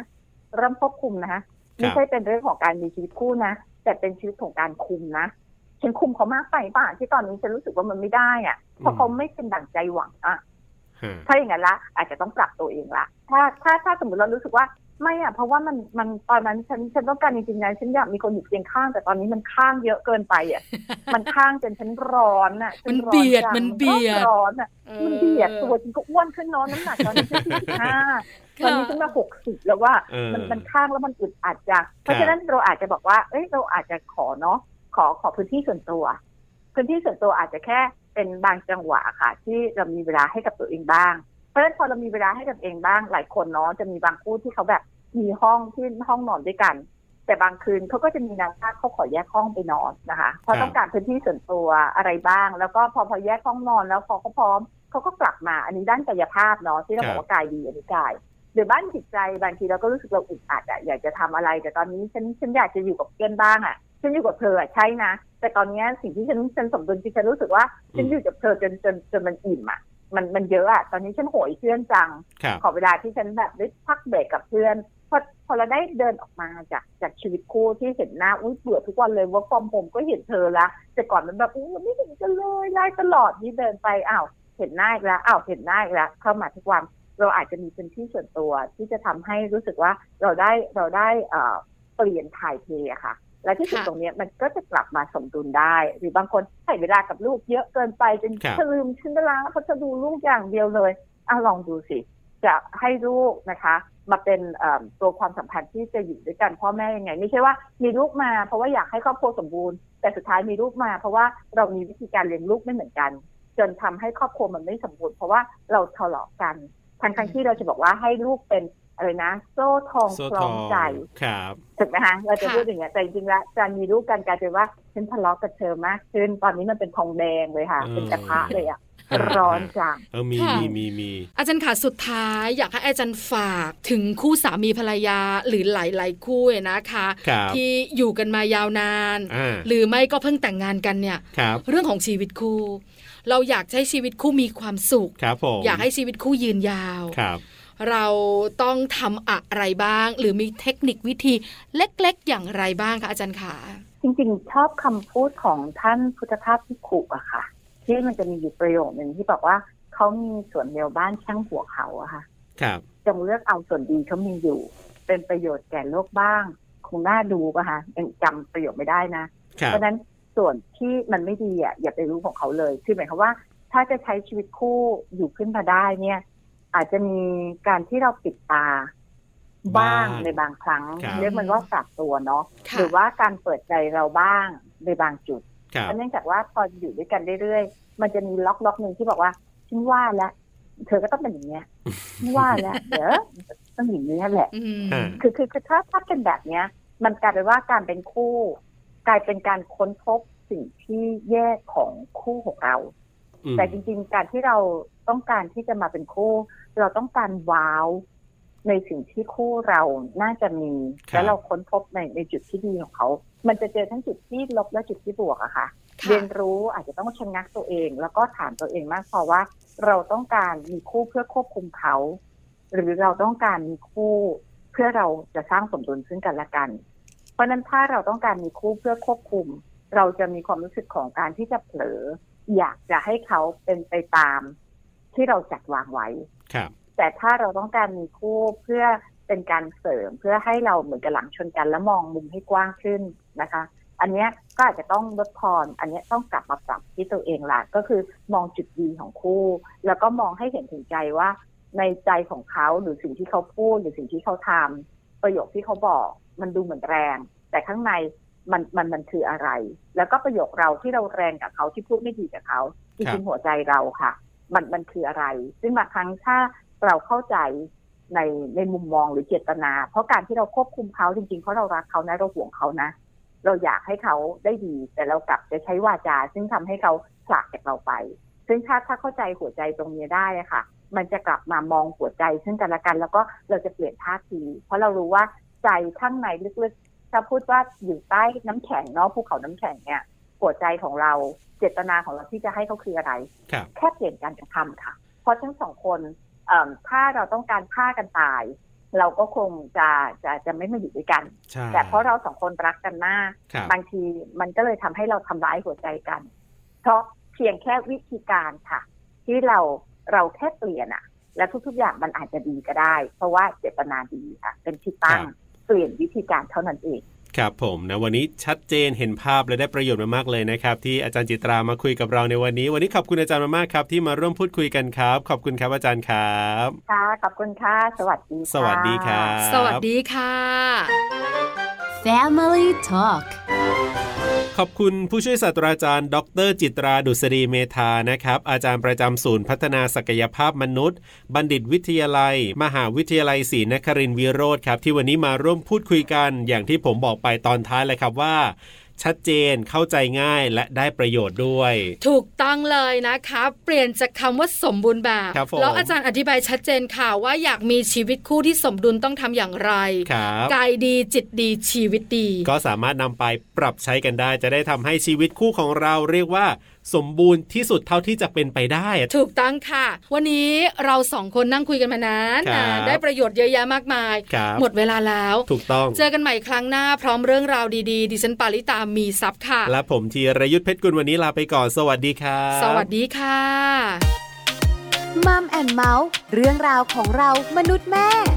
Speaker 5: เริ่มควบคุมนะไม่ใช่เป็นเรื่องของการมีชีวิตคู่นะแต่เป็นชีวิตของการคุมนะฉันคุมเขามากไปป่ะที่ตอนนี้ฉันรู้สึกว่ามันไม่ได้อ่ะเพราะเขาไม่เป็นดั่งใจหวังอ่ะ
Speaker 2: ฮะ
Speaker 5: ถ้าอย่างนั้นละอาจจะต้องปรับตัวเองละ ถ้าถ้าถ้าสมมติเรารู้สึกว่าไม่อะเพราะว่ามันมันตอนนั้นฉันฉันต้องการจริงๆนะฉันอยากมีคนอยู่เคียงข้าง แต่ตอนนี้มันข้างเยอะเกินไป อะ มันข้างจนฉันร้อนอะฉั
Speaker 1: มัน
Speaker 5: ร้อ
Speaker 1: เบียด
Speaker 5: จัง
Speaker 1: มันเบียด
Speaker 5: ก็ร้อนอะ
Speaker 1: ออ
Speaker 5: มันเบียดตัวฉันก็อ้วนขึ้นเน้อะน้ำหนักตอนนี้ฉันสี่สิบ ห้า
Speaker 1: ค่ะ
Speaker 5: ตอนนี้ฉันมาหกสิบแล้วว่า
Speaker 2: เออ
Speaker 5: มันมันข้างแล้วมันอึดอัดจังเพราะ
Speaker 2: ครับ
Speaker 5: ฉะนั้นเราอาจจะบอกว่า เอ้ยเราอาจจะขอเนาะขอขอพื้นที่ส่วนตัว พื้นที่ส่วนตัวอาจจะแค่เป็นบางจังหวะค่ะ ที่เรามีเวลาให้กับตัวเองบ้าง เพราะฉะนั้นพอเรามีเวลาให้กับตัวเองบ้างหลายคนเนาะจะมีบางคู่ที่เขาแบบมีห้องที่ห้องนอนด้วยกัน แต่บางคืนเขาก็จะมีนางท่าเขาขอแยกห้องไปนอนนะคะเพราะ
Speaker 2: ครับ
Speaker 5: ต้องการพื้นที่ส่วนตัวอะไรบ้าง แล้วก็พอพอแยกห้องนอนแล้วพอเขาพร้อมเขาก็กลับมาอันนี้ด้านกายภาพเนาะที่เราบอกว่ากายดีอันนี้กาย หรือบ้านจิตใจบางทีเราก็รู้สึกเราอึดอัดอะอยากจะทำอะไร แต่ตอนนี้ฉันฉันอยากจะอยู่กับเพื่อนบ้างอะฉันอยู่กับเธออะใช่นะ แต่ตอนเนี้ยสิ่งที่ฉันฉันสมดุลที่ฉันรู้สึกว่าฉันอยู่กับเธอจนจนจนมันอิ่มอะมันมันเยอะอะตอนนี้ฉันโหยเพื่อนจัง
Speaker 2: ครับ
Speaker 5: ขอเวลาที่ฉันแบบได้พักเบรกกับเพื่อนพอพอเราได้เดินออกมาจากจากชีวิตคู่ที่เห็นหน้าอุ้ยเบื่อทุกวันเลยว่าความผมก็เห็นเธอละแต่ก่อนมันแบบอุ้ยเราไม่เห็นกันเลยไล่ตลอดนี่เดินไปอ้าวเห็นหน้าอีกแล้วอ้าวเห็นหน้าอีกแล้วเข้ามาทุกวันเราอาจจะมีพื้นที่ส่วนตัว ที่จะทำให้รู้สึกว่าเราได้เราได้เอ่อเปลี่ยนถ่ายเทอะค่ะ และที่สุด
Speaker 1: ค่ะ
Speaker 5: ตรงเนี้ยมันก็จะกลับมาสมดุลได้ หรือบางคนให้เวลากับลูกเยอะเกินไปจนเธอลืมฉันไปแล้วเขาจะดูลูกอย่างเดียวเลยอ่ะลองดูสิ จะให้ลูกนะคะ มาเป็นเอิ่มตัวความสัมพันธ์ที่จะอยู่ด้วยกันพ่อแม่ยังไง ไม่ใช่ว่ามีลูกมาเพราะว่าอยากให้ครอบครัวสมบูรณ์แต่สุดท้ายมีลูกมา เพราะว่าเรามีวิธีการเลี้ยงลูกไม่เหมือนกัน จนทำให้ครอบครัวมันไม่สมบูรณ์เพราะว่าเราทะเลาะกันทั้งทที่เราจะบอกว่าให้ลูกเป็นอะไรนะ โซ่ทอง
Speaker 2: โซ่
Speaker 5: คล้
Speaker 2: ท
Speaker 5: อ
Speaker 2: อง ง
Speaker 5: ใจ
Speaker 2: ครับ
Speaker 5: ถูกไหมคะเราจะ
Speaker 1: ค่ะ
Speaker 5: พูดอย่างเงี้ยแต่จริงๆแล้วการมีลูกกันกลายเป็นว่าฉันทะเลาะกับเธอมากขึ้นตอนนี้มันเป็นทองแดงเลยค่ะ
Speaker 2: เออ
Speaker 5: เป็นกระทะเลยอะร้อนจัง
Speaker 2: เออมี
Speaker 1: ค่ะ
Speaker 2: มีมีมี
Speaker 1: อาจารย์ค่ะสุดท้ายอยากให้อาจารย์ฝากถึงคู่สามีภรรยาหรือหลาย ๆ คู่เนี่ยนะคะ
Speaker 2: ครับ
Speaker 1: ที่อยู่กันมายาวนาน
Speaker 2: อ่า
Speaker 1: หรือไม่ก็เพิ่งแต่งงานกันเนี่ย
Speaker 2: ครับ
Speaker 1: เรื่องของชีวิตคู่ เราอยากใช้ชีวิตคู่มีความสุข
Speaker 2: ครับผม
Speaker 1: อยากให้ชีวิตคู่ยืนยาว
Speaker 2: ครับ
Speaker 1: เราต้องทำอะไรบ้าง หรือมีเทคนิควิธีเล็ก ๆ อย่างไรบ้างคะอาจารย์ขา
Speaker 5: จริงๆ ชอบคำพูดของท่านพุทธทาสพิกขุอะค่ะ ที่มันจะมีอยู่ประโยคหนึ่งที่บอกว่าเขามีส่วนเดียวบ้านช่างหัวเขาอะค่ะ
Speaker 2: ครับ
Speaker 5: จงเลือกเอาส่วนดีเขามีอยู่ เป็นประโยชน์แก่โลกบ้าง คงน่าดูปะคะยังจำประโยคไม่ได้นะ
Speaker 2: ครั
Speaker 5: เพ
Speaker 2: บ
Speaker 5: ราะฉะนั้นส่วนที่มันไม่ดีอ่ะอย่าไปรู้ของเขาเลยคือหมายความว่า ถ้าจะใช้ชีวิตคู่อยู่ขึ้นมาได้เนี่ย อาจจะมีการที่เราปิดตา บ้าง
Speaker 2: บ้าง
Speaker 5: ในบางครั้ง
Speaker 2: ครับ
Speaker 5: เรียกมันว่าปรับตัวเนาะ
Speaker 1: ค่ะ
Speaker 5: หรือว่าการเปิดใจเราบ้างในบางจุด
Speaker 2: ครับ
Speaker 5: เนื่องจากว่าพออยู่ด้วยกันเรื่อยๆ มันจะมีล็อกล็อกๆหนึ่งที่บอกว่าฉันว่าแล้วเธอก็ต้องเป็นอย่างเงี้ยฉันว่าแล้วเดี๋ยวต้องอย่างนี้แหละ
Speaker 1: อืม
Speaker 2: อ่า
Speaker 5: คือคือคือถ้าถ้าเป็นแบบเนี้ย มันกลายเป็นว่าการเป็นคู่ กลายเป็นการค้นพบสิ่งที่แย่ของคู่ของเรา
Speaker 2: อืม
Speaker 5: แต่จริง ๆ การที่เราต้องการที่จะมาเป็นคู่ เราต้องการว้าวในสิ่งที่คู่เราน่าจะมี แล้วเราค้นพบในในจุดที่ดีของเขา มันจะเจอทั้งจุดที่ลบและจุดที่บวกอะค่ะ
Speaker 1: ค่ะ
Speaker 5: เรียนรู้อาจจะต้องชะงักตัวเอง แล้วก็ถามตัวเองมากพอว่า เราต้องการมีคู่เพื่อควบคุมเขา หรือเราต้องการมีคู่เพื่อเราจะสร้างสมดุลซึ่งกันและกัน เพราะฉะนั้นถ้าเราต้องการมีคู่เพื่อควบคุม เราจะมีความรู้สึกของการที่จะเผลอ อยากจะให้เขาเป็นไปตามที่เราจัดวางไว้
Speaker 2: ครับ
Speaker 5: แต่ถ้าเราต้องการมีคู่เพื่อ เป็นการเสริมเพื่อให้เราเหมือนกับหลังชนกันและมองมุมให้กว้างขึ้นนะคะ อันเนี้ยก็อาจจะต้องลดทอน อันเนี้ยต้องกลับมาปรับที่ตัวเองละก็คือมองจุดดีของคู่ แล้วก็มองให้เห็นถึงใจว่า ในใจของเขาหรือสิ่งที่เขาพูดหรือสิ่งที่เขาทำประโยคที่เขาบอก มันดูเหมือนแรง แต่ข้างในมันมันมันคืออะไร แล้วก็ประโยคเราที่เราแรงกับเขาที่พูดไม่ดีกับเขาจ
Speaker 2: ครับ
Speaker 5: ริงๆหัวใจเราค่ะ มันมันคืออะไร ซึ่งบางครั้งถ้าเราเข้าใจในในมุมมองหรือเจตนา เพราะการที่เราควบคุมเขาจริงๆเพราะเรารักเขานะเราห่วงเขานะ เราอยากให้เขาได้ดี แต่เรากลับจะใช้วาจา ซึ่งทำให้เขาผลากจากเราไป ซึ่งถ้าถ้าเข้าใจหัวใจตรงนี้ได้อะค่ะ มันจะกลับมามองหัวใจซึ่งกันและกัน แล้วก็เราจะเปลี่ยนท่าที เพราะเรารู้ว่าใจข้างในลึกๆ ถ้าพูดว่าอยู่ใต้น้ำแข็งเนาะภูเขาน้ำแข็งเนี่ยหัวใจของเราเจตนาของเราที่จะให้เขาคืออะไร
Speaker 2: ครับ
Speaker 5: แค่เปลี่ยนการกระทำค่ะ เพราะทั้งสองคนเอิ่มถ้าเราต้องการฆ่ากันตาย เราก็คงจะจะจะไม่มาอยู่ด้วยกัน
Speaker 2: ใช่
Speaker 5: แต่เพราะเราสองคนรักกันมาก
Speaker 2: ครับ
Speaker 5: บางทีมันก็เลยทำให้เราทำร้ายหัวใจกัน เพราะเพียงแค่วิธีการค่ะ ที่เราเราแค่เปลี่ยนอะและทุกๆอย่างมันอาจจะดีก็ได้ เพราะว่าเจตนาดีค่ะ เป็นที่ตั้งเปลี่ยนวิธีการเท่านั้นเอง
Speaker 2: ครับผมนะวันนี้ชัดเจนเห็นภาพและได้ประโยชน์มามากเลยนะครับ ที่อาจารย์จิตรามาคุยกับเราในวันนี้ วันนี้ขอบคุณอาจารย์มากๆครับ ที่มาร่วมพูดคุยกันครับ ขอบคุณครับอาจารย์ครับ
Speaker 5: ค่ะขอบคุณค่ะ สวัสดีค่ะ
Speaker 2: สวัสดีครับ
Speaker 1: สวัสดีค่ะ
Speaker 4: Family Talk
Speaker 2: ขอบคุณผู้ช่วยศาสตราจารย์ดร จิตราดุษฎีเมธานะครับ อาจารย์ประจำศูนย์พัฒนาศักยภาพมนุษย์ บัณฑิตวิทยาลัย มหาวิทยาลัยศรีนครินทรวิโรธครับ ที่วันนี้มาร่วมพูดคุยกัน อย่างที่ผมบอกไปตอนท้ายเลยครับว่า ชัดเจนเข้าใจง่ายและได้ประโยชน์ด้วย
Speaker 1: ถูกต้องเลยนะคะ เปลี่ยนจากคำว่าสมบูรณ์แบบ
Speaker 2: ครับผม
Speaker 1: แล้วอาจารย์อธิบายชัดเจนค่ะว่าอยากมีชีวิตคู่ที่สมดุลต้องทำอย่างไร
Speaker 2: ครับ
Speaker 1: กายดีจิตดีชีวิตดี
Speaker 2: ก็สามารถนำไปปรับใช้กันได้ จะได้ทำให้ชีวิตคู่ของเราเรียกว่า สมบูรณ์ที่สุดเท่าที่จะเป็นไปได้อะ
Speaker 1: ถูกต้องค่ะ วันนี้เราสองคนนั่งคุยกันมานาน
Speaker 2: ครับ
Speaker 1: ได้ประโยชน์เยอะแยะมากมาย
Speaker 2: ครับ
Speaker 1: หมดเวลาแล้ว
Speaker 2: ถูกต้อง
Speaker 1: เจอกันใหม่ครั้งหน้าพร้อมเรื่องราวดีๆดิฉันปาริตามีซับค่ะ
Speaker 2: และผมธีรยุทธเพชรกุลวันนี้ลาไปก่อน สวัสดีครับ
Speaker 1: สวัสดีค่ะ
Speaker 4: มัมแอนเมาส์เรื่องราวของเรามนุษย์แม่